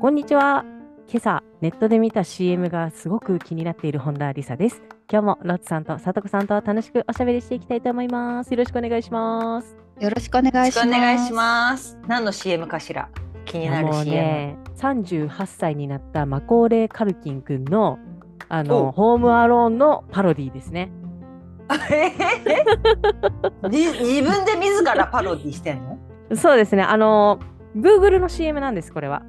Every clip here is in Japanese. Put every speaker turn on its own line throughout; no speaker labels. こんにちは今朝ネットで見た CM がすごく気になっている本田理沙です今日もロッツさんとさとこさんと楽しくおしゃべりしていきたいと思いますよろしくお願いします
よろしくお願いします。
ます何の CM かしら気に
い
な
や
る
もう
CM、
ね、38歳になったマコーレー・カルキン君のあの
お
ホームアローンのパロディですね。
じ自分で自らパロディしてんの
そうですね、あの、Google の CM なんです、これは。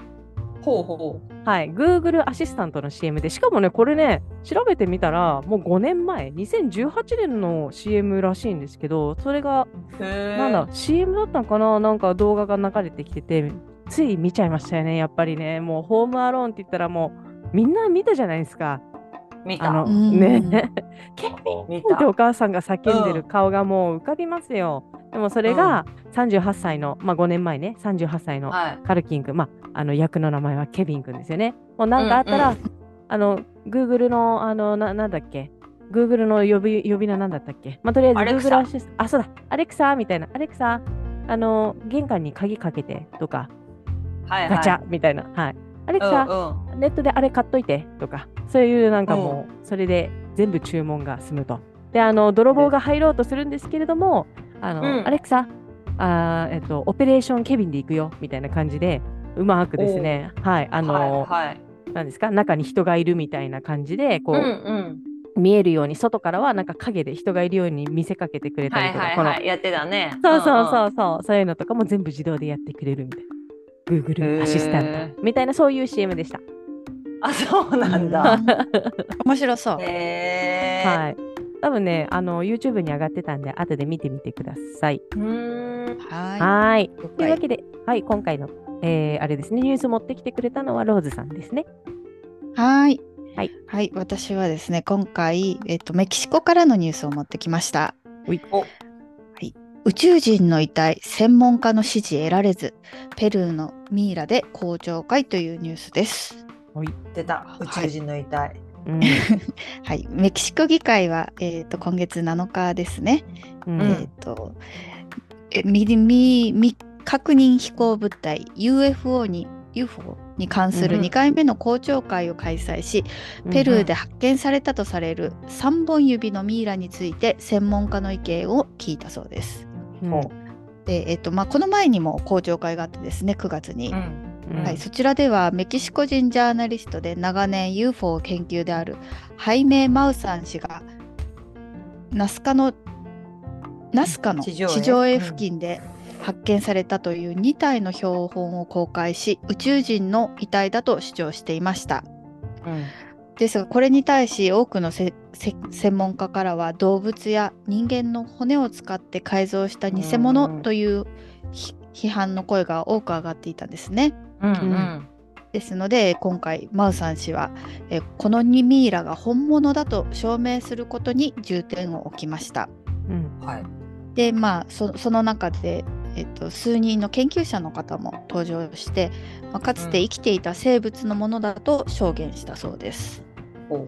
ほうほう
はい、Google アシスタントの CM で、しかもね、これね、調べてみたら、もう5年前、2018年の CM らしいんですけど、それが、
な
なんだ、CM だったのかな、なんか動画が流れてきてて、つい見ちゃいましたよね、やっぱりね、もうホームアローンって言ったら、もうみんな見たじゃないですか。
見
あの
た
う ん
ね、ケビン
見
って
た
お母さんが叫んでる顔がもう浮かびますよ。でもそれが38歳の、まあ5年前ね、38歳の
はい
カルキン君、まあ、あの役の名前はケビン君ですよね。もう何かあったら、
うん
あの、Google の、あの、ななんだっけ Google の呼び呼び名なんだったっけまあ、とりあえず
アレク
Google
サ
アシスあ、そうだ、アレクサみたいな、アレクサ、あの、玄関に鍵かけてとか、
はいはい
ガチャみたいな、はい。アレクサ、
うん
ネットであれ買っといてとかそういうなんかもうそれで全部注文が済むと。であの泥棒が入ろうとするんですけれどもあの、
うん
アレクサあー、えっと、オペレーションケビンで行くよみたいな感じでうまくですねはいあ
うん
の、
はいはい
なんですか中に人がいるみたいな感じでこ
うん
う、
うん
見えるように外からはなんか影で人がいるように見せかけてくれた
は
り
い
とか、
はい
この
はいやってたね
そうそう
うん
そ
うん
うそう、そういうのとかも全部自動でやってくれるみたいな Google アシスタ
へ
ントみたいなそういう CM でした。
あそうなん
う
だ
ん 面白そう。
へー
はい。多分ね、あの YouTube に上がってたんで、後で見てみてください。
うーん
は
は
ーい。
い。了
というわ
解
けで、はい、今回の、えーあれですね、ニュース持ってきてくれたのはローズさんですね。
はい。
はい。
はい。私はですね、今回、えっと、メキシコからのニュースを持ってきました。
うい
お
はい。宇宙人の遺体、専門家の指示得られず、ペルーのミイラで公聴会というニュースです。
出た宇宙人の遺体、
うん。
はい、メキシコ議会は、えー、と今月7日ですね、
うん
えーとえ未未未確認飛行物体 UFO に UFO に関す
う
る
ん
2回目の公聴会を開催し、
うん
ペルーで発見されたとされる3本指のミイラについて専門家の意見を聞いたそうです。
うん
お
でえーとまあ、この前にも公聴会があってですね9月に、
うん
うん
はい、そちらではメキシコ人ジャーナリストで長年 UFO 研究であるハイメ・マウサン氏がナスカのナスカの
地
地
上絵
上絵付近で発見されたという2体の標本を公開し宇宙人の遺体だと主張していました。
うん
ですがこれに対し多くのせせ専門家からは動物や人間の骨を使って改造した偽
うん
物というひ批判の声が多く上がっていたんですね。
うんうんん
ですので今回マウサン氏はえーこの2ミイラが本物だと証明することに重点を置きました。
うん
はい
でまあそその中で、えっと、数人の研究者の方も登場して、まあ、かつて生きていた生物のものだと証言したそうです。
お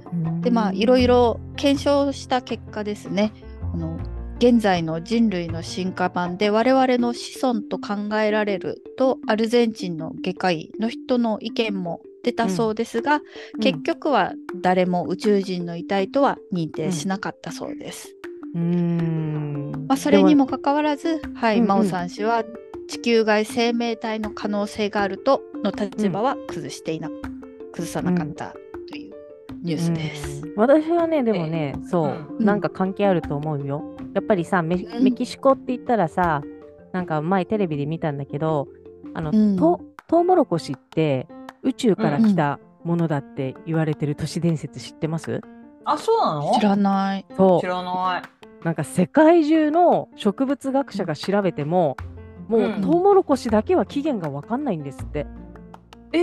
でまあいろい。ろ検証した結果ですねあの現在の人類の進化版で我々の子孫と考えられるとアルゼンチンの外科医の人の意見も出たそうですが、
うん
結局は誰も宇宙人の遺体とは認定しなかったそうです。
うん。
まあ、それにも
で
かかわらず、はい
うんうん
真央さん氏は地球外生命体の可能性があるとの立場は崩していな、崩さなかったというニュースです。
うん私はね、でもね、そう、
うん
なんか関係あると思うよ。やっぱりさメ、
うん
メキシコって言ったらさ、なんか前テレビで見たんだけど、あの、
うん
とトウモロコシって宇宙から来たものだって言われてる都市伝説知ってます、
あそうなの
知らない。
そう
知らない
なんか世界中の植物学者が調べてももう、
うん
トウモロコシだけは期限が分かんないんですって。
え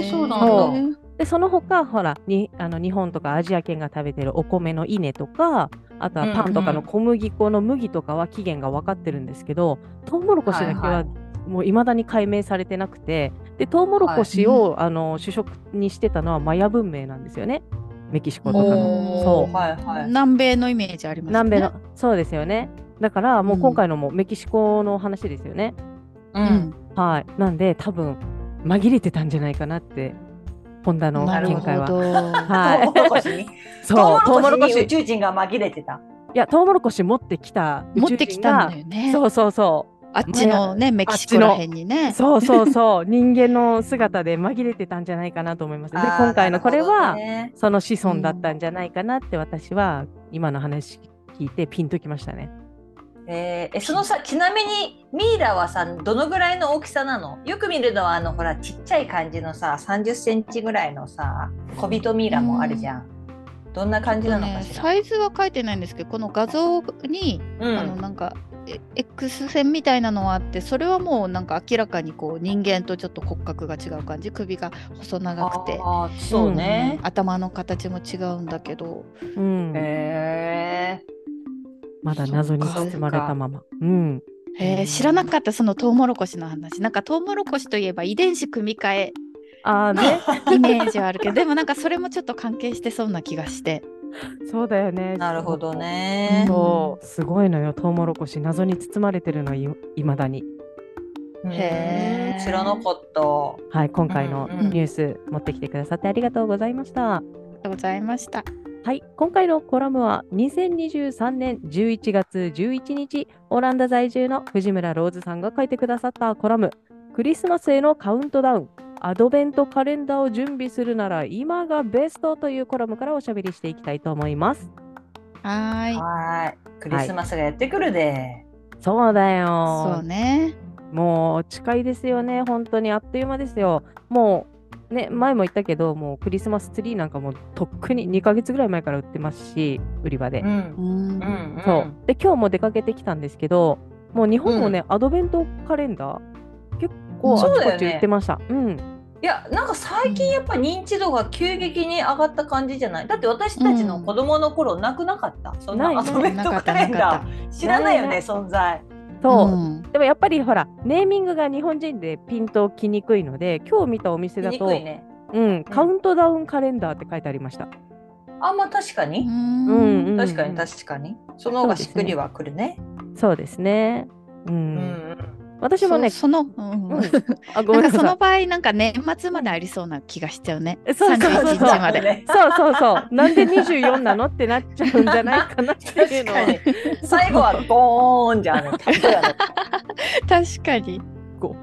へー
ー、そうな
そ
んだ。
んだ。
でその他ほらにあの日本とかアジア圏が食べてるお米の稲とかあとはパンとかの
うん
小麦粉の麦とかは期限が分かってるんですけど、トウモロコシだけ
はいは
はいもう未だに解明されてなくてでトウモロコシを、あの主食にしてたのはマヤ文明なんですよねメキシコとかの。
お
そ
ー
う
はいはい。
南米のイメージありますね。
南米の、そうですよねだからもう
うん
今回のもメキシコの話ですよね、
う
うんん。
はいなんで多分紛れてたんじゃないかなってホンダの
なる
見
ほ
解は。
ど。
はい
トウモロコシ に。
そう
トウモロ
トウモロコ
コシに
シ
宇宙人が紛れてた。
いや、トウモロコシ持ってきた宇宙人が。
持ってきたんだよね。
そうそうそ
あっちのね、メキシコらへんに
う。
ね。
そうそうそう。 人間の姿で紛れてたんじゃないかなと思います。で、
あー
今回のこれ
なる
は、
ほどね
その子孫だったんじゃないかなって私は、今の話聞いてピンときましたね。
えーえそのさちなみにミイラはさどのぐらいの大きさなのよく見るのはあのほらちっちゃい感じのさ3 0センチぐらいのさ小人ミイラもあるじゃん、どんな感じなのか
ね
しら、
サイズは書いてないんですけど、この画像に、
うん
あのなんかえ X 線みたいなのはあって、それはもうなんか明らかにこう人間とちょっと骨格が違う感じ、首が細長くて、
あーそうね、
頭の形も違うんだけど、
うん。
へえ
まだ謎に包まれたまま。うん。
え
うん
ー、知らなかったそのトウモロコシの話なんかトウモロコシといえば遺伝子組み換え
ああ ね、
イメージはあるけ どでもなんかそれもちょっと関係してそうな気がして
そうだよね。
なるほど。ね、
そう、すごいのよ。トウモロコシ、謎に包まれてるのい、いまだに。
へ
へ
え
ー
知らなかった
はい、今回の
うんうん
ニュース持ってきてくださってありがとうございました。
ありがとうございました
はい、今回のコラムは2023年11月11日、オランダ在住の藤村ローズさんが書いてくださったコラム、クリスマスへのカウントダウン、アドベントカレンダーを準備するなら今がベストというコラムからおしゃべりしていきたいと思います。
はーい
はーいクリスマスがやってくるで、
そうだ
そ
よ
う。ね
もう近いですよね。本当にあっという間ですよ。もうね、前も言ったけど、もうクリスマスツリーなんかもうとっくに2ヶ月ぐらい前から売ってますし、売り場で
う。ん
うん
うんうん
そうで今日も出かけてきたんですけどもう日本もね、アドベントカレンダー結構
そう
あ
だ
ち
よね
こち売ってましたう,、
いやなんか最近やっぱ認知度が急激に上がった感じじゃないだって私たちの子供の頃なくなかった、そんな
な
ア
いね
ドベン
な
ト
かった
カレ
な
ン
か
ダ
っ
ー知らないよ
ない
ね存在
ん
た
そう、
ん
でもやっぱりほらネーミングが日本人でピンときにくいので今日見たお店
見
だ
に
と、
くいね
うん、カウントダウンカレンダーって書いてありました、
あんまあ確かに、
うんうんうん
確かに確かにその方がしっくりはくるね
そうですねう、
うんん
私もね
そその、うん
うんあごめ
なん
んな
か
さい
その場合なんか年末までありそうな気がしちゃうね
えそうそうそう
31日まで
で
そうそうそうなんで24なのってなっちゃうんじゃないかなっていう
確
の
か
は
に最後はゴーンじゃんたぶんやね
確かに
こ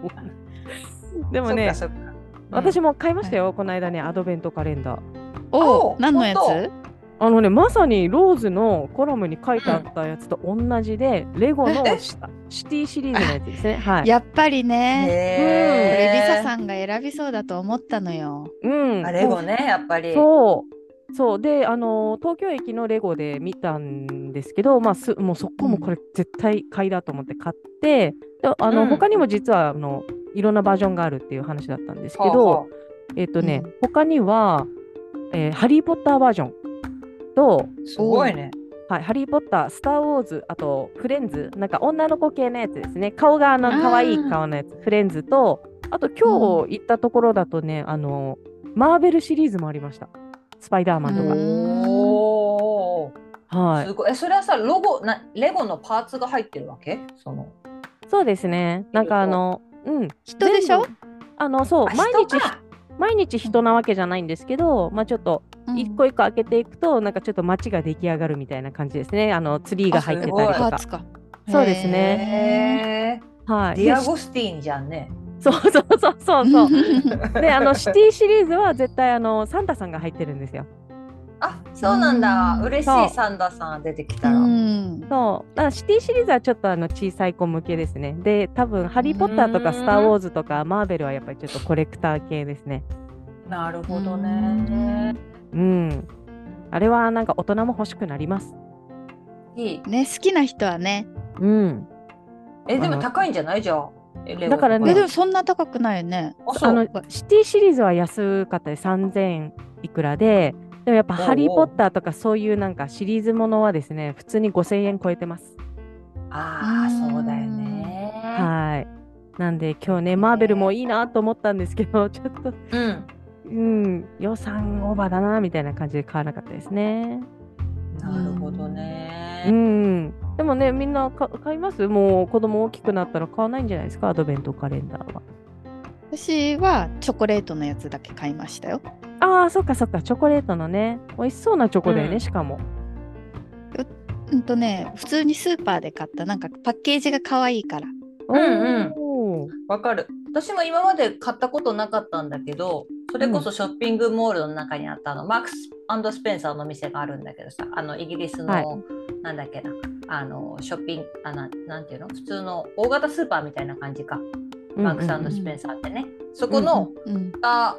うでもね
そっかそっか
私も買いましたよ、この間ねアドベントカレンダー
お
お
お何のや
本
つ
あのね、まさにローズのコラムに書いてあったやつと同じで、レゴの
え
シシティシリーズのやつですね。はい。
やっぱりねこ
へ
れリサ
ん
さんが選びそうだと思ったのよ
うん。
あレゴねやっぱり
そう。そうで、あのー東京駅のレゴで見たんですけど、まあ、すもうそこもこれ絶対買いだと思って買って、であの、
うん
他にも実はあのいろんなバージョンがあるっていう話だったんですけ
ほう
ど、
ほ
えっ、とね、
うん
他には、えーハリー・ポッターバージョンと、
うすごいね
はい、ハリー・ポッター、スター・ウォーズ、あとフレンズ、なんか女の子系のやつですね、顔があの
あー
可愛い顔のやつ、フレンズと、あと今日行ったところだとね、あのマーベルシリーズもありました、スパイダーマンと
う
か。
ん
おお
はい、
すごいえそれはさロゴなレゴのパーツが入ってるわけその
そうですね、なんかあの、うん、
人でしょ
全部あのそう
あ
毎日
人が
毎日人なわけじゃないんですけど、まあ、ちょっと
うん
一個一個開けていくと、なんかちょっと街が出来上がるみたいな感じですね、あのツリーが入ってたりと
あすご
パ
い
か
ー。ツか
そうですね
へ
は
ー
い、
ディアゴスティーンじゃんね
そうそうそうそうそう。であのシ
シ
ティシリーズは絶対あのサンタさんが入ってるんですよ。
あそうなんだ
うん
嬉し
そう
いサンダさん出てき
う
たら
ん
そうだからシティシリーズはちょっとあの小さい子向けですね。で多分「ハリー・ポッター」と
う
か「
ん
スター・ウォーズ」とかマーベルはやっぱりちょっとコレクター系ですね。
なるほどね
うん。あれはなんか大人も欲しくなります。
いい
ね好きな人はね
うん。
えで
あ
も
の
高いんじゃないじゃあレゴ
だからね
えで
と
もそんな高くないよね。
あそう
あのシティシリーズは安かったで3000いくらで、でもやっぱ
おうおう
ハリー・ポッターとかそういうなんかシリーズものはですね、普通に5000円超えてます。
ああ
うーん
そうだよね。
はい。なんで今日ね、マーベルもいいなと思ったんですけど、ちょっと、
うん。
うん、予算オーバーだなみたいな感じで買わなかったですね。
なるほど
う
ね。
ん。でもね、みんなか買いますもう子供大きくなったら買わないんじゃないですか、アドベントカレンダーは。
私はチョコレートのやつだけ買いましたよ。
ああ、そっかそっか、チョコレートのね、美味しそうなチョコだよね、
うん
しかも。
うんとね、普通にスーパーで買ったなんかパッケージが可愛いから。
うん
おー
わ、かる。私も今まで買ったことなかったんだけど、それこそショッピングモールの中にあったあの、マックススペンサーのお店があるんだけどさ、あのイギリスの、
はい
なんだっけな、あのショッピングあななんていうの普通の大型スーパーみたいな感じか、マック
うんうんうん
ススペンサーってね。そこの、
うん、
あ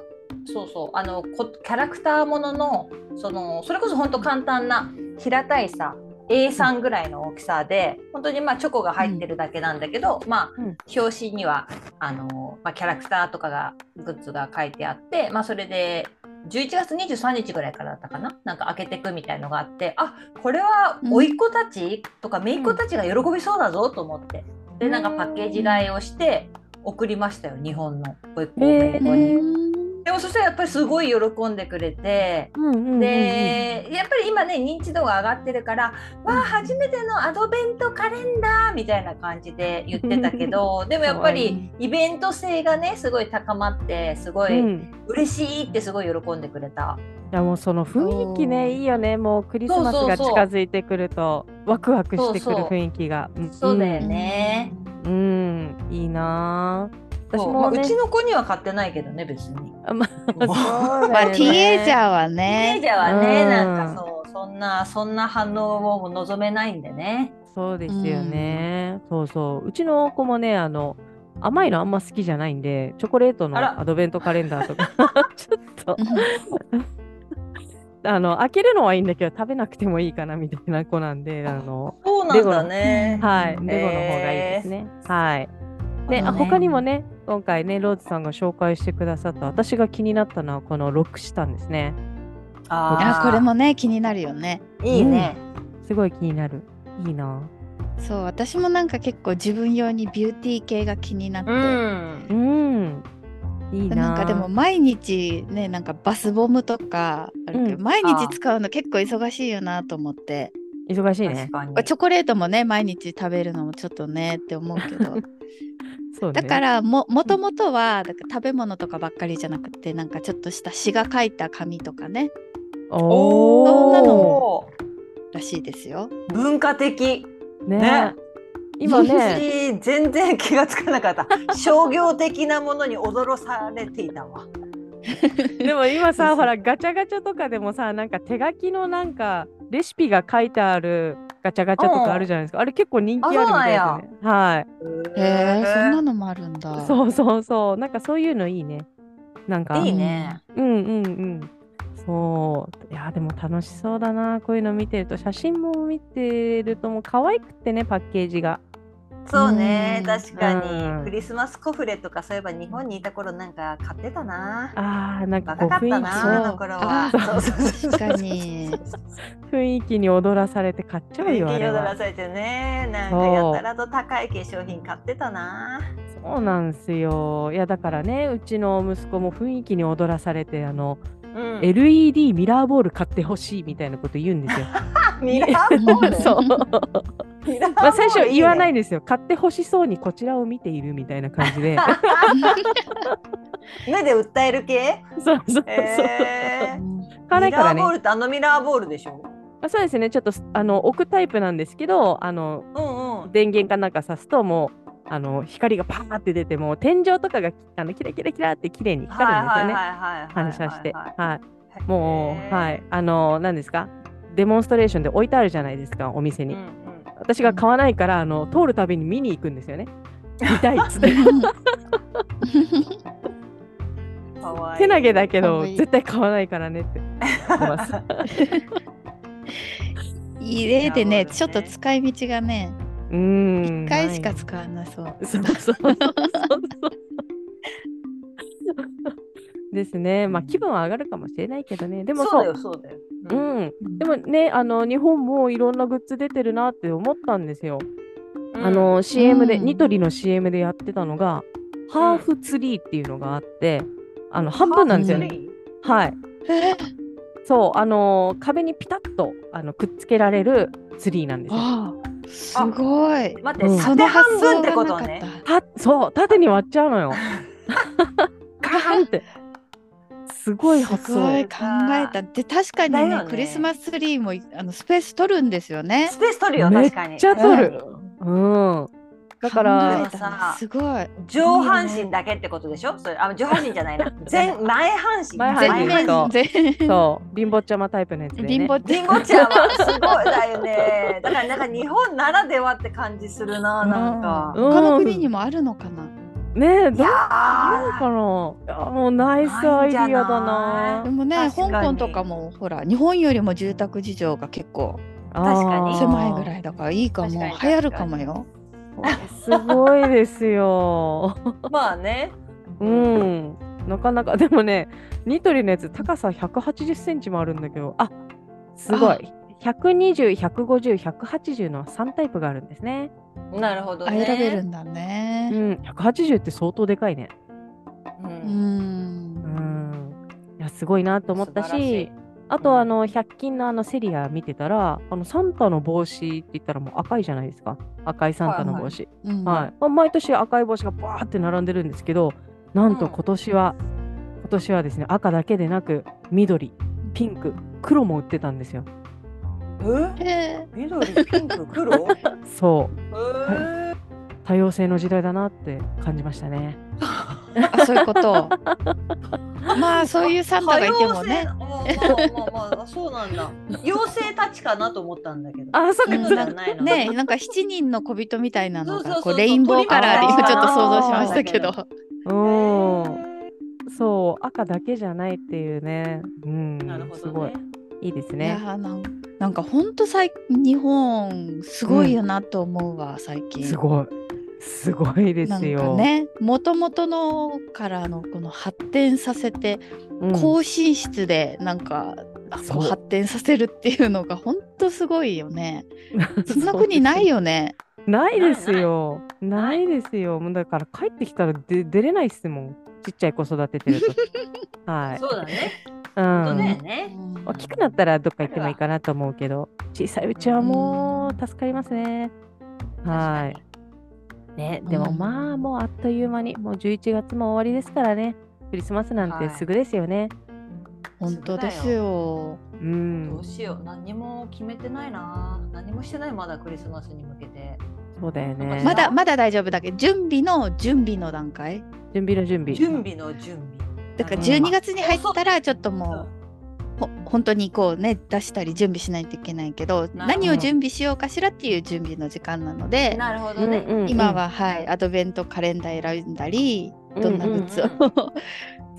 そうそうあのこキャラクターもののそのそれこそ本当簡単な平たいさ A3 ぐらいの大きさで本当にまあチョコが入ってるだけなんだけど、まあ
うん
表紙にはあの、まあ、キャラクターとかがグッズが書いてあって、まあ、それで11月23日ぐらいからだったかななんか開けてくみたいのがあってあこれは甥っ子たちとか姪っ子たちが喜びそうだぞと思ってでなんかパッケージ買いをして送りましたよ日本の甥っ子姪っ子に。でもそしたらやっぱりすごい喜んでくれて。
うんうんうんうん、
で、やっぱり今ね認知度が上がってるから「わあ初めてのアドベントカレンダー」みたいな感じで言ってたけどでもやっぱりイベント性がねすごい高まってすご
う
い
ん、
嬉しいってすごい喜んでくれた。
いやもうその雰囲気
お
ね
ー
いいよねもうクリスマス
そうそ
が
うそ
近
う
づいてくるとワクワクしてくる
そうそう
雰囲気がん
そうだよね。
うん、うんいいなぁ私
そうまあ
もね
うちの子には買ってないけどね別に。
あま
そう
まあ、ティーエイジャ
ー
ーは
ね
ね。
じゃはね、
うん
なんかそうそんなそんな反応を望めないんでね。
そうですよね、そうそううちの子もねあの甘いのあんま好きじゃないんでチョコレート
あら
のアドベントカレンダーとか ちょっとあの開けるのはいいんだけど食べなくてもいいかなみたいな子なんであの
そうなんだね。
はい、レ
う
ゴ
ん
の方がいいですね。はい。
な
で、
る
あ
ほどね
他にもね、今回ね、ローズさんが紹介してくださった、私が気になったのは、このロックシタンですね。
あ
あ
ー
これもね気になるよね。
いいね。
すごい気になる。いいな。
そう私もなんか結構自分用にビューティー系が気になって、
う。ん。いいな。
なんかでも、毎日ねなんかバスボムとかあるけど、
うん
毎日使うの結構忙しいよなと思って
忙しいね
確。かに。
チョコレートもね毎日食べるのもちょっとねって思うけど
そうね。
だからももともとはだから食べ物とかばっかりじゃなくてなんかちょっとした詩が書いた紙とかね
おー
そんなのも
お
らしいですよ。
ー文化的。
ね
ね
今ね、
私全然気がつかな かった。商業的なものに驚されていたわ。
でも今
そうそ
さ、
う
ほら、ガチャガチャとかでもさ、なんか手書きのなんか、レシピが書いてあるガチャガチャとかあるじゃないですか。あれ結構人気あるみたいですね。はい。
へえそんなのもあるんだ。
そうそうそう。なんかそういうのいいね。なんか、
いいね。
うんうんうん。そう。いや、でも楽しそうだな。こういうの見てると、写真も見てると、もう可愛くってね、パッケージが。
そうね
う、ん
確か
うん
に。クリスマスコフレとかそういえば日本にいた頃なんか買ってたな。
あー、なんかこう
若
雰
かった
囲
な
そう
あの頃は
あ
そうそうそう
確かに。
気雰囲気に踊らされて買っちゃう
金
よ、あれ
曜だら
は。
されてね、なんかやたらと高い化粧品買ってたな。
そうなんすよ。いや、だからね、うちの息子も雰囲気に踊らされて、あの、
うん、
LED ミラーボール買ってほしいみたいなこと言うんですよ。
ミラーボール。
そう。
ミラーボール
まあ、最初言わないんですよ。買ってほしそうにこちらを見ているみたいな感じで。
目で訴える系。
そうそうそう。
えー
辛い
ミ
から
ラー
ね。
ボー
ま
ルってあのミラーボールでしょ。
あ、そうですね。ちょっとすあの置くタイプなんですけど、あの
うんうん。
電源かなんかさすともうあの光がパーって出てもう天井とかがあのキラキラキラって綺麗に光るんですよね。
はいはいはいはいはいはい
反射して、
は
はい。
い
もうはい。あの何ですか？デモンストレーションで置いてあるじゃないですかお店
へー
に、
うんうん
私が買わないからあの通るたびに見に行くんですよね見たいっつっ て
かわいい
手投げだけ
可
ど
愛い
絶対買わないからねって言ってます
入れでね
なるほどね
ちょっと使い道がね
うん。
1回しか
ない
使わなそう。
そうそうそうそうそう。ですね。まあ気分は上がるかもしれないけどね。でも
そうだ
そう。
よそうだよ。
う
うん
ん。でもね、あの日本もいろんなグッズ出てるなって思ったんですよ。あの CM で、
うん
ニトリの CM でやってたのが、ハーフツリーっていうのがあって、あの半分なんですよね。はい。
え
そう、あのー壁にピタッとあのくっつけられるツリーなんですよ。
ああすごい。
待っ
うん
て、
そ
縦
の
半
発
分
想
って
が
こ
な
と
かっ
ね
た。。
たそう、縦に割っちゃうのよ。ガーンって。すごい発
すごい
想。
考えた。で確かに
だ
ね
よね
クリスマスツリーもあのスペース取るんですよね
ス。ペース取るよ、
めっ
確
ち
かに。
ゃ取
る
う
う
ん
ん。だか
考
ら
えたねすごい。
上半身だけってことでしょそれあ、上半身じ ゃないな。全、前半身。
前半身
全面
そう
全
そう、貧乏ちゃまタイプのやつでね。
貧乏
リンゴちゃんはすごいだよね。だからなんか日本ならではって感じするな、なんか。
うん
他の国にもあるのかな。
ねえ、
い
どう
や
かな。いやもうナイスアイディアだな
で。もね香
確かに
港とかもほら日本よりも住宅事情が結構
確かに
あー
狭いぐらいだからいいかも
確かに確か
流行
に
るかもよ。
すごいですよ。
ーまあね。
うん。なかなか、 でもね、ニトリのやつ、高さ180センチもあるんだけど、あすごい。120、150、180の3タイプがあるんですね。
なるほど
あ
ね。
選べるんだ
う
ね。
ん、180って相当でかいね。
う。
うん。
うんん。いや、すごいなと思ったし、
素晴らしい
あと、あの、100均のあのセリア見てたら、あの、サンタの帽子って言ったらもう赤いじゃないですか。赤いサンタの帽子。
うん
はい、まあ毎年赤い帽子がバーって並んでるんですけどなんと
うん
今年は、今年はですね赤だけでなく緑ピンク黒も売ってたんですよ
え
へ
緑、ピンク、黒え
そう
ー
多様性の時代だなって感じましたね
ーあそういう こと。まあそういうサンタがいてもね。
多様性まあまあまあまあ、そうなんだ。妖精たちかなと思ったんだけど。
あそっ
そう
か
い
そう
の
っか
じゃないの
ねなんか7人の小人みたいなの
そうそうそ
が
う
こうレインボーカラーで
鳥み
今
たい
ちょ
な
っと想像しましたけど
う
え
ん
ー
そう赤だけじゃないっていうねうん
なるほ
す
ど
ごい
ね。
いいです
い
ね
やーなんなんかほんと最日本すごいよなと思うわ、最近
すごいすごいで
なん
す
か
よ、
ねもともとのからのこの発展させて、
うん
高進出でなんかあ
そう
こう発展させるっていうのがほんとすごいよねそんな国ないよね
ないですよ。ないですよ。もうだから帰ってきたらで出れないっすもん。ちっちゃい子育ててると。はい。
そうだね。
う
本当だよ
ん。
ね。
うん
大きくなったらどっか行ってもいいかなと思うけど、小さいうちはもう助かりますね。は
確か
い。ね、でもまあもうあっという間に、もう11月も終わりですからね。クリスマスなんてすぐですよね。
本当ですよ
う
に。ど
ん
う。しよう。何も決めてないな。何もしてないまだクリスマスに向けて。
そうだよね。
まだまだ大丈夫だけど準備の準備の段階
準備の準備。
準備の準備。
だから
うん
12月に入ったらちょっともう
う
ほ本当にこうね出したり準備しないといけないけど
なるほど
何を準備しようかしらっていう準備の時間なの
ん
で
なるほどね。
うんうん
今は、はいアドベントカレンダー選んだりどんなグッズを、
うん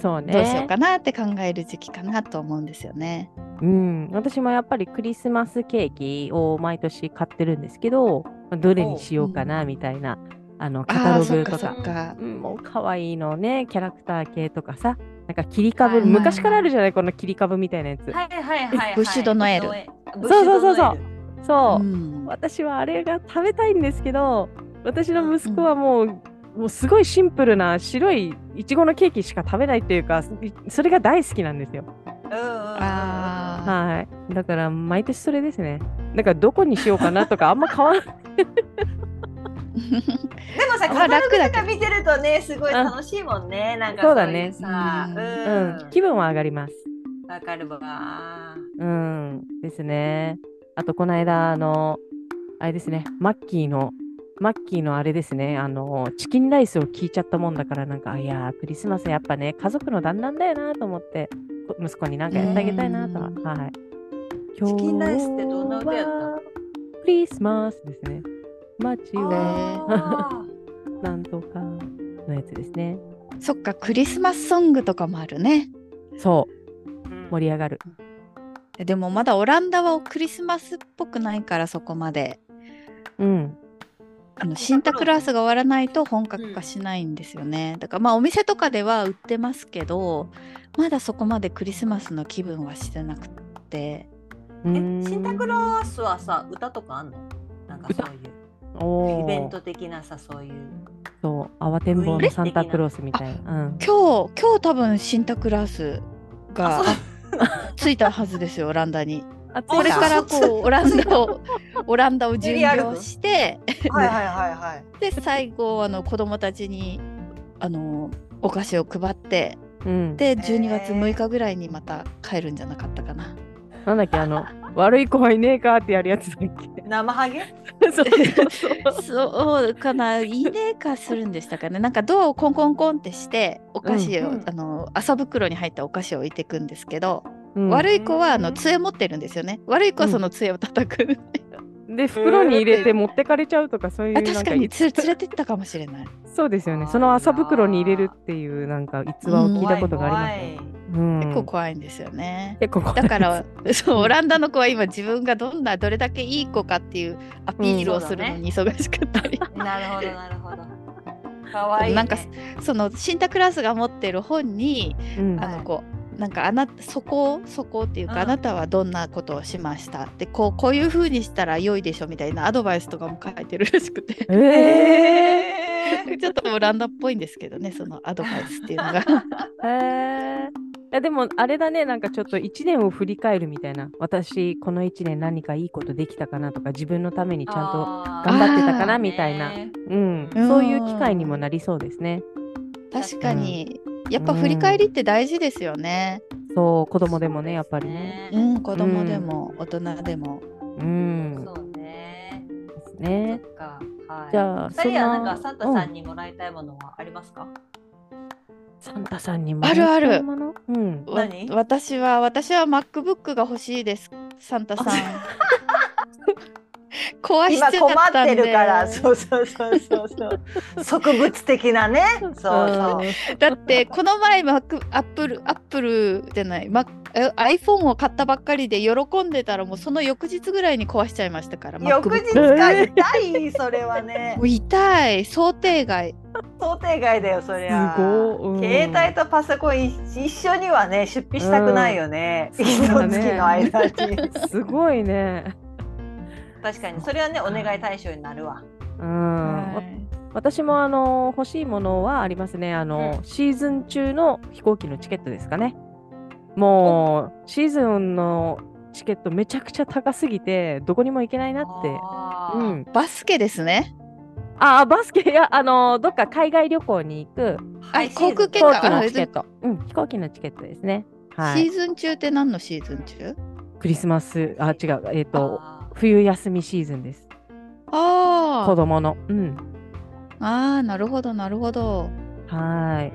そうね。
どうしようかなって考える時期かなと思うんですよね。
うん、私もやっぱりクリスマスケーキを毎年買ってるんですけど、どれにしようかな
おう
みたいな、あのカタ
ああ
ロ
ーそ
グ
っか
と
そ
か、
っか。
うん、もう可愛いのね、キャラクター系とかさ、なんか切り株、
はいはい
はい
昔からあるじゃない、この切り株みたいなやつ。
はいはいはいはい。
ブッシュドノエル
ブッシュドノエル。
そうそうそうそうそうう、
ん
私はあれが食べたいんですけど、私の息子はもう、もうすごいシンプルな白いいちごのケーキしか食べないっていうか、いそれが大好きなんですよ。
うんうんうんうん。
あ
はい。だから毎年それですね。だからどこにしようかなとかあんま変わらない。
ー
でもさ、
まあ
カタロ
楽
グ
だ
と
けど
か見てるとね、すごい楽しいもんね。なんか
そうだね
そういうさ、
う
うん
うん
ん、
気分は上がります。
わかるわ。
うん、ですね。あと、この間、あの、あれですね、マッキーの、マッキーのあれですね、あの、チキンライスを聞いちゃったもんだから、なんか、いやー、クリスマスやっぱね、家族の団らんだよなと思って、こ息子になんかやってあげたいなとは、
うん
はい。
チキンライスってどんな歌やった
今日
の
はクリスマスですね。街は
あ
なんとかのやつですね。
そっかクリスマスソングとかもあるね。
そう、
ー
盛り上がる。
でもまだオランダはクリスマスっぽくないからそこまで。
うん。
あのシンタクロースが終わらないと本格化しないんですよね。だからまあお店とかでは売ってますけど、まだそこまでクリスマスの気分はしてなくって、
え
え
シンタクロースはさ歌とかあんのなんかそういうイベント的なさそういう
そう慌てんぼうのサンタクロースみたいな。うん
今日今日多分シンタクロースが
あそう
ついたはずですよオランダに。
あ
これから
そ
こ
うそう
うオランダをオランダを巡業して。
はいはいはいはい
で最後あの子供たちにあのお菓子を配って
うん、
で12月
へー
6日ぐらいにまた帰るんじゃなかったかな。
なんだっけあの悪い子はいねえかってやるやつだっ
生ハゲ
けそうそうそう
そうかないいねかするんでしたかねなんかドアをコンコンコンってしてお菓子を、
うんうん
あの麻袋に入ったお菓子を置いていくんですけど、
うん
悪い子はあの杖持ってるんですよね悪い子はその杖を叩く、
で袋に入れて持ってかれちゃうとかそういう
あ
なん
確かにつ連れてったかもしれない。
そうですよねその麻袋に入れるっていうなんか逸話を聞いたことがあり
ます
ます、うん、
結構怖いんですよね。
結構怖い
だから そうオランダの子は今自分がどんなどれだけいい子かっていうアピールをするのに忙しかったり、
なるほどなるほど可愛い、ね、
なんかそのシンタクラースが持ってる本に、
うん
あのこうなんかあなそこそこっていうか、
うん
あなたはどんなことをしましたでこうこういう風にしたら良いでしょみたいなアドバイスとかも書いてるらしく て
え
えー
ちょっとオランダっぽいんですけどねそのアドバイスっていう のが
ー、えーいやでもあれだねなんかちょっと1年を振り返るみたいな私この1年何かいいことできたかなとか自分のためにちゃんと、
あー
頑張ってたかな
あー
みたいな
ね
うん、そういう機会にもなりそうですね
確かに、やっぱ振り返りって大事ですよね、
そう子供でもねやっぱりね
ね
うん、子供でも大人でも。
うん
そうね
です
そ
ね
っかはい
じゃあ
二人はなんか
そんな
サンタさんにもらいたいものはありますか、
サンタさんにも
あるある
らったものうん
わ
何
私は私は MacBook が欲しいですサンタさん 壊しちゃ
今
ったんで
困ってるからそうそうそうそう そう植物的なねそうそう
だってこの前 Mac アップルアップルじゃない Mac え iPhone を買ったばっかりで喜んでたらもうその翌日ぐらいに壊しちゃいましたから
翌
MacBook
日か痛いそれはね
もう痛い想定外
想定外だよそりゃ
すごいうん
携帯とパソコンい一緒にはね出費したくないよね
うん
一
そうだ
月
ね
の間に
すごいね。
確かにそれはねお願い対象になるわ
うん、わ私もあの欲しいものはありますね。あの、シーズン中の飛行機のチケットですかね。もうシーズンのチケットめちゃくちゃ高すぎてどこにも行けないなって。
あー
うん、
バスケですね
ああバスケいやあのどっか海外旅行に行く
ハイシーズン
航空
飛
券
行
か
機のチケット、うん、飛行機のチケットですね。は
シ
い
ー、ズン中って何のシーズン中
クリスマスあ違うえっ、と
あ
冬休みシーズンです
あ
子
ー
供の。うん、
あーなるほどなるほど
はい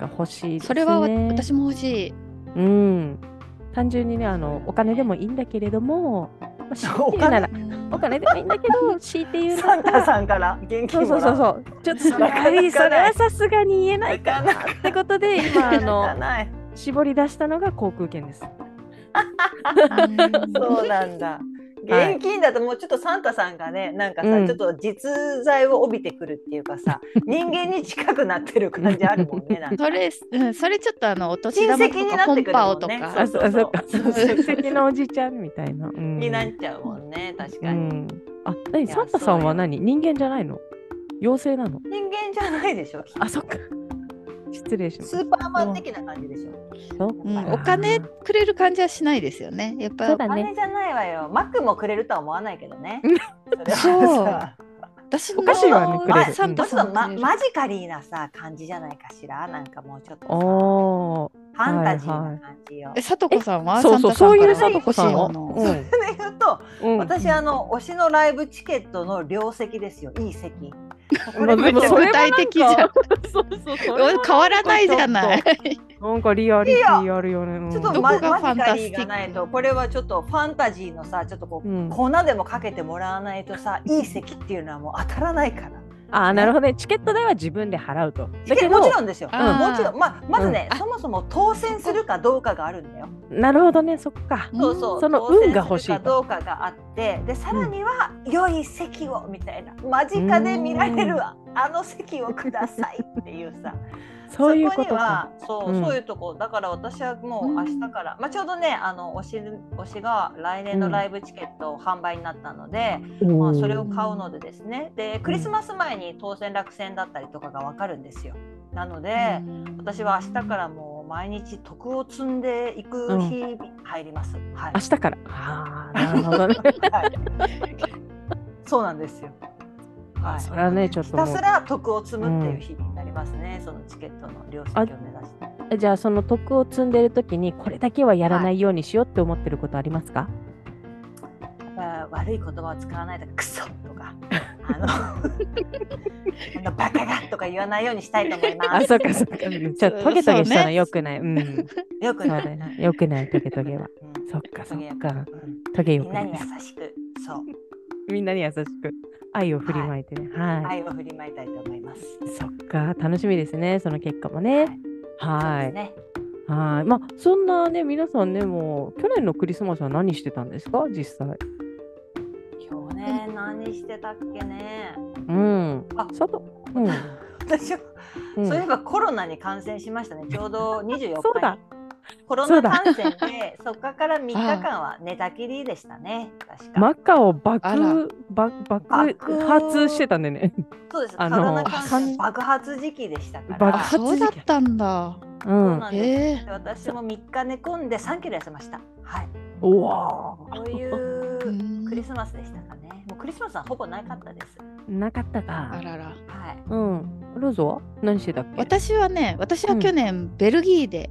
が欲しいですね。
それはわ私も欲しい
うん、単純にねあのお金でもいいんだけれども、まあ、強いて言うならお金でもいいんだけ ど強いて言うな
ーサンタ
ら
さんから現
そう
金
そ
も
うそうそ
らう
うちょっとそれ
なかなか
は
ない
いそれはさすがに言えないか
な
な
かなか
ってこと で今あ
なか
の
ない
絞り出したのが航空券です。
そうなんだ
はい
現金だともうちょっとサンタさんがねなんかさ、
うん
ちょっと実在を帯びてくるっていうか さ人間に近くなってる感じあるもんねなん か
それ、うん、それちょっとあのお年
親
玉
戚
と
に
か
な
コ
って
ン
くる
パ
も
オ
ん
と
ね
か、
そうそうあそ
そうう
親
そうそう
戚のおじちゃんみたいな。うん
になっちゃうもんね確
う
かに、
ん、あ何
いや
サンタさん
そうよ
は何人間じゃないの妖精なの
人間じゃないでしょきっと
あそっか失礼しまし
スーパーマン的な感じでしょ。
た。
うん
あー
お金くれる感じはしないですよねやっ
そう
ぱ
だ
お
ね。
金じゃないわよ。マックもくれるとは思わないけどね。
私
お菓子はねくれる
サン
も
タ
うちょ
さ
っ
ん
と
くれ
ま
る
マジカリーなさ感じじゃないかしら。なんかもうちょっとさ
おー
ファンタジーな感じよ。
えさとこさんは
そうそう、
サ
そ
ン
うい
タ
う
さ
さ
ん
と
か
こ
ら
さんを
欲しいも
う
の。
ん
それで言うと、
うん
私あの推しのライブチケットの両席ですよ。いい席。こ
ま
れ
あ
め
で
っ
も
ちゃ
それ
具体的じゃん
はなんかそうそうそれはなんか
変わらないじゃない
ちょっとなんかリアリティあるよね。うん
ちょっと
ど
マ
こが
マ
ファン
ジ
タ
カ
スティ
リ
ッ
ー
ク
がないとこれはちょっとファンタジーのさちょっとこう、
うん
粉でもかけてもらわないとさいい席っていうのはもう当たらないから
ああなるほどねチケット代は自分で払うとだけ
もち
ど
ろんですよ。
あー
もちろん、まあ、まずね、
うんあ
そもそも当選するかどうかがあるんだよ。
なるほどねそっか
うん
そうそう。
その
当選
運が欲しい
するかどうかがあって、で、さらには、良い席をみたいな、間近で見られるあの席をくださいっていうさ。
そういうこと
そこには
か
そう、
うん
そういうとこだから私はもう明日から、まあ、ちょうどねあの推し推しが来年のライブチケット販売になったので、まあ、それを買うのでですねでクリスマス前に当選落選だったりとかが分かるんですよなので、私は明日からもう毎日徳を積んでいく日々入ります、はい
明、日からああなるほどね
はいそうなんですよはい
それはねちょっ
ひ
と
た
も
すら徳を積むっていう日々になりますね、そのチケットの量産を目指して。
うじゃあその徳を積んでる時にこれだけはやらないようにしようって思ってることありますか、
まあ、悪い言葉を使わないとかクソと かあのあのバカがとか言わないようにしたいと思いま
あ
す。
そうかそう かじゃあトゲトゲしたのよくないうん
よく
そう
な
だ
い。
ねよくないトゲトゲは
うん
そっかそ
トゲ
っか
うん
トゲよ
みん
く
な
ない
に優しく、そう、
みんなに優しく愛を振りまいてねはい、
愛を振りまいたいと思います。
そっか楽しみですねその結果もねはい
そうですね
はいまあそんなね皆さんねもう去年のクリスマスは何してたんですか実際
去年何してたっけね。
うん
あ
佐藤うん、
私は、
うん、
そういえばコロナに感染しましたね。ちょうど24日に
そうだ
コロ
そう
ナ
だ
感染で、そこから3日間は寝たきりでしたね。確か。
マカオ爆
あら
爆爆
爆
発してたんでね。
そうです。コ
あの
ロナ感染
あ
爆発時期でしたから。
爆
あ、
発
そうだったんだ。
う。
そうんなんです。
ええ
私も3日寝込んで3キロ痩せました。はい。
うわ
という
ー。
クリスマスでしたかね。もうクリスマスはほぼなかったです。
ーなかった
あ
か。
らら。
はい。
うん。ローズは何してたっけ？
私はね、私は去年ベルギーで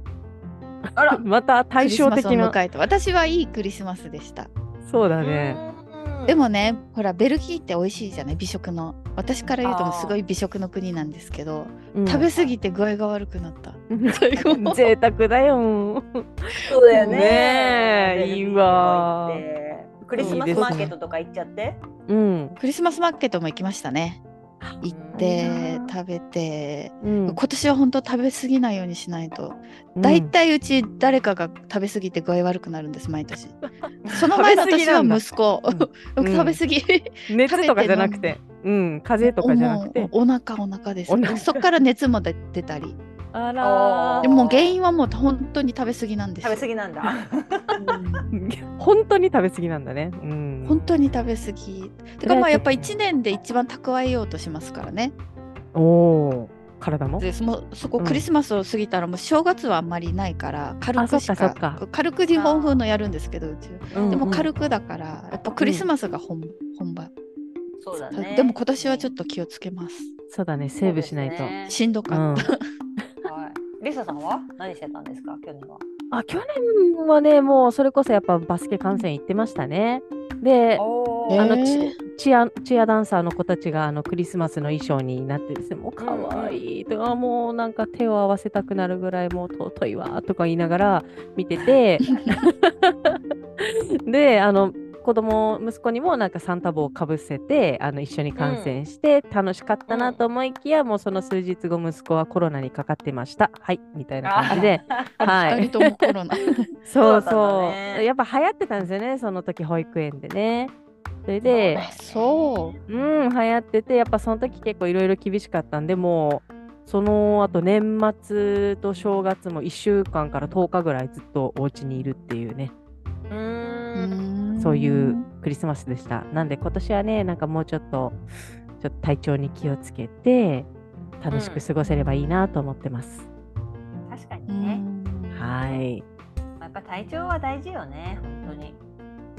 あ ら。
また
クリ
対
ス
照
マス
的
を
な。
迎えた。私はいいクリスマスでした。
そうだね。
でもね、ほらベルギーって美味しいじゃない美食の。私から言うともうすごい美食の国なんですけど、
うん
食べ過ぎて具合が悪くなった。
最高 贅沢だよ。
そうだよ
ねえ
ね。
いいわ
ベルギーとか行って。クリスマスマーケットとか行っちゃって。
うん。
クリスマスマーケットも行きましたね。行って
うん
食べて、
うん
今。年は本当食べ過ぎないようにしないと。大体うち誰かが食べ過ぎて具合悪くなるんです毎 年その前の年は息子
うん
食べ過ぎ
うん熱とかじゃなくて、うん、風邪とかじゃなくて
も。うお腹お腹です
お腹
そっから熱も出出たり
あ
らー
でももう原因はもう本当に食べ過ぎなんです
食
よ
べ過ぎなんだ。
本当に食べ過ぎなんだね。うん。
本当に食べ過ぎてかまあやっぱ1年で一番蓄えようとしますからね
おお。体も。
でそのそこ
うん
クリスマスを過ぎたらもう正月はあんまりないから軽くし
あ
か
そっかそっ
軽く日本風のやるんですけどうちでも軽
く。
くだからやっぱクリスマスが本,、本番
そうだね。
でも今年はちょっと
と
気をつけます。
そうだね。セーブしないと。
しんどかった。
はい。リサさんは何してたんですか去年は。
あ去年はねもうそれこそやっぱバスケ観戦行ってましたね。で
お
あの
えー
チチアチアダンサーの子たちがあのクリスマスの衣装になってですねもう可愛いとか、もうなんか手を合わせたくなるぐらいもう尊いわとか言いながら見て てであの子供息子にもなんかサンタ帽をかぶせてあの一緒に観戦して楽しかったなと思いきや、もうその数日後息子はコロナにかかってましたはいみたいな感じで。はい、
二人ともコロナ。
そう
そ
そう、
うだったんだね
やっぱ流行ってたんですよねその時保育園でねそれで
あ そう。
うん流行っててやっぱその時結構いろいろ厳しかったんでもうその後年末と正月も1週間から10日ぐらいずっとお家にいるっていうね
う
う
ーん。
ーん
そういう。クリスマスでしたなんで今年はねなんかもうちょっとちょっと体調に気をつけて楽しく過ごせればいいなと思ってます、
確か
う
にね。
ん
はい、
やっぱ体調は大事よね。本当に。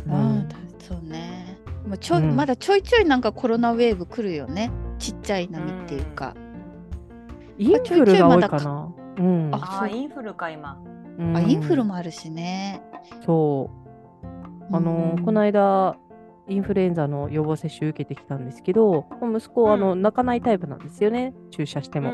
う
あ
ん
ー、たそうね。もうちょい、
うん
まだちょいちょいなんかコロナウェーブ来るよね。ちっちゃい波っていうか。
インフルが多いかなうん
あ
あ
そ
あ
う
インフルか今。
うん
あ、インフルもあるしね。
そうあのーこの
い。
間インフルエンザの予防接種受けてきたんですけどもう息子はあの、
うん
泣かないタイプなんですよね注射して
う
も、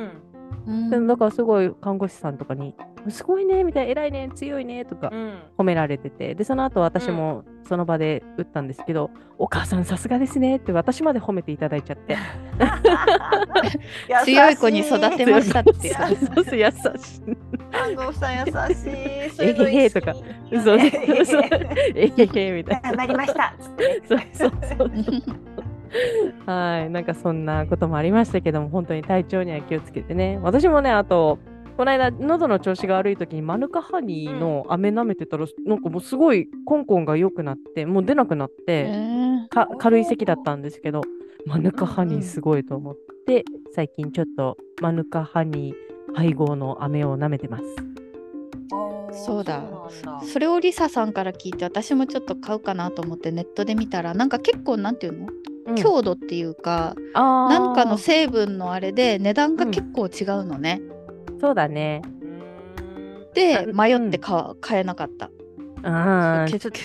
ん。
でもだからすごい看護師さんとかに「すごいね」みたいな「偉いね強いね」とか
うん
褒められててでその後私もその場で打ったんですけど「お母さんさすがですね」って私まで褒めていただいちゃって
強い子に育てましたっていう
優しい
そうそう優しい
看護婦さん優しい。そう
えへへとかそうそうそうえへへみたいな
頑張りました。つってね
そうそうそうはいなんかそんなこともありましたけども本当に体調には気をつけてね私もねあとこの間喉の調子が悪い時にマヌカハニーの飴舐めてたら、なんかもうすごいコンコンが良くなってもう出なくなって、
うん
か軽い咳だったんですけどマヌカハニーすごいと思って、最近ちょっとマヌカハニー配合の飴を舐めてます。
そうだ
なんだ
それをリサさんから聞いて私もちょっと買うかなと思ってネットで見たらなんか結構なんていうの、強度っていうか
日な
なんかの成分のあれで値段が結構違うのね、
そうだね。
うーん
で
うん
迷って買わ買えなかった
あ
そう結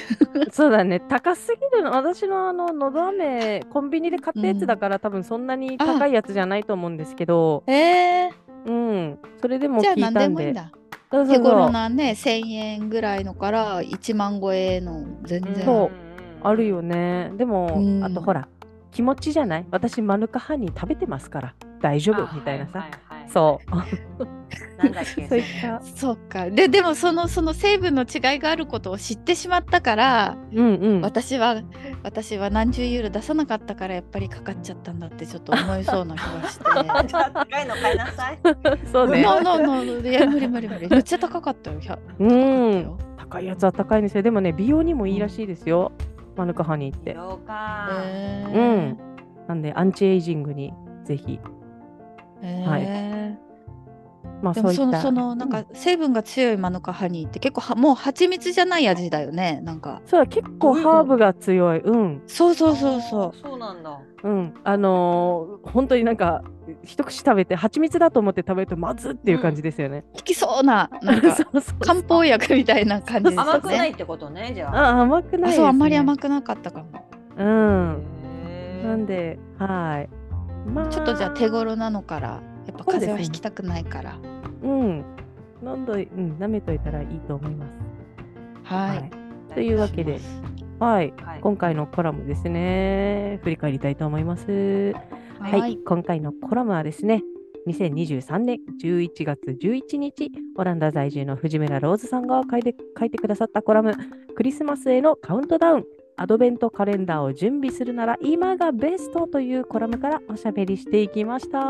そうだね高すぎるの私のあののど飴コンビニで買ったやつだから、多分そんなに高いやつじゃないと思うんですけど
え
うんそれでも
ー、じゃ
聞
あ
いたん
何
で
でもいいんだ
そうそうそ
手頃
う
なね1000円ぐらいのから1万超えの全然
そう
うん。
あるよねでも、
うん
あとほら気持ちじゃない私マヌカハニー食べてますから大丈夫みたいなさ、。そう
なんだっけ。
そういった
そうかででもそのその成分の違いがあることを知ってしまったから、
うん うん
私は私は何十ユーロ出さなかったからやっぱりかかっちゃったんだってちょっと思いそうな気 がして
あじゃあ高いの買いなさい。
そうね。
ノーノーノ ーいや無理無理無理めっちゃ高かったよ100
う
高かった
ん。
よ
高いやつは高いんですよ。でもね、美容にもいいらしいですよ。マヌカハニーって。
そうか。。
え
う
ー
ん。なんで、アンチエイジングにぜひ。はい
え
まあ、
ーで
そ
も
うい
そ
った。
のそのなんか成分が強いマヌカハニーって結構はもう蜂蜜じゃない味だよねなんか
そうだ、結構ハーブが強い。うん。
そうそうそうそう
そうなんだ。
うん。あのー本当になんか、一口食べて、蜂蜜だと思って食べると、まずっていう感じですよね。
う効きそうななん か
そうそう。
漢方薬みたいな感じですよね
甘くないってことね、じゃあ。
あ、甘くない、
あ
ね。
そうあんまり甘
く。
くなかったかも
うん。な
なん
んで、はい。まあ、
ちょっとじゃあ手頃なのからやっぱ風邪はひきたくないから、
うん。飲んどい、うん、舐めといたらいいと思います。
はい、
というわけで、はい。
はい。
今回のコラムですね振り返りたいと思いますは、
はいい
今回のコラムはですね2023年11月11日オランダ在住の藤村ローズさんが書いて書いてくださったコラムクリスマスへのカウントダウンアドベントカレンダーを準備するなら今がベストというコラムからおしゃべりしていきましたい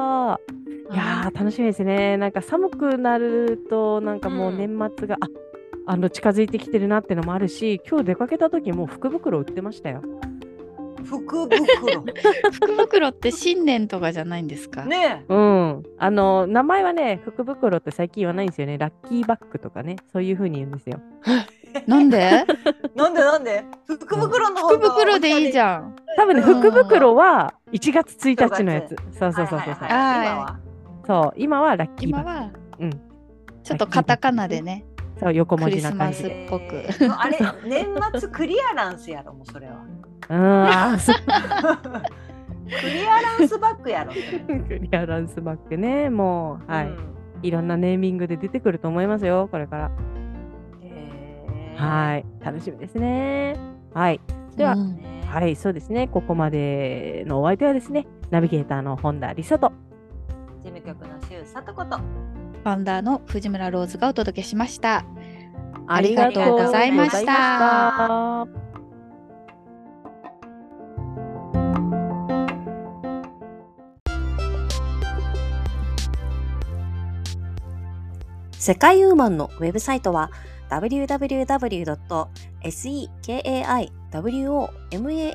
やー楽しみですねなんか寒くなるとなんかもう年末が、ああの近づいてきてるなってのもあるし今日出かけた時もう福袋売ってましたよ
福袋。
福袋って新年とかじゃないんですか、
ねえ。
うん、あの名前はね福袋って最近言わないんですよねラッキーバッグとかねそういう風に言うんですよ
なん で
なんでなんで。福袋の方が
福袋でいいじゃん
多分ね
うん
福袋は1月1日のやつそうそうそうそう、
はいはい
はい
はい
そう今はラッキーバ
今
ッグ
は
うん
ちょっとカタカナでね
そう横文字な
今
感
は
じ
クリス
で
マスっぽく
えーあれ年末クリアランスやろもうそれは
うんあーそう
クリアランスバッグやろそれ
クリアランスバッグねもうはい、
うん
いろんなネーミングで出てくると思いますよこれから
へー
はい楽しみですねはいでは
うん
ね
はいそうですねここまでのお相手はですねナビゲーターの本田理沙と
事務局の周佐とこと
ファウンダーの藤村ローズがお届けしました
あり
り
が
が
と
と
う
う
ご
ご
ざ
ざ
い
い
ま
ま
し
したた。
世界ウーマンのウェブサイトは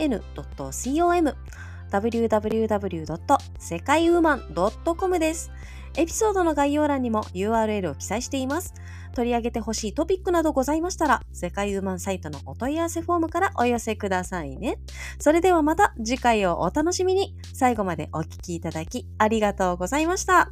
www.sekaiwoman.com www.sekaiwoman.com です。エピソードの概要欄にも URL を記載しています。取り上げてほしいトピックなどございましたら、世界ウーマンサイトのお問い合わせフォームからお寄せくださいね。それではまた次回をお楽しみに。最後までお聞きいただきありがとうございました。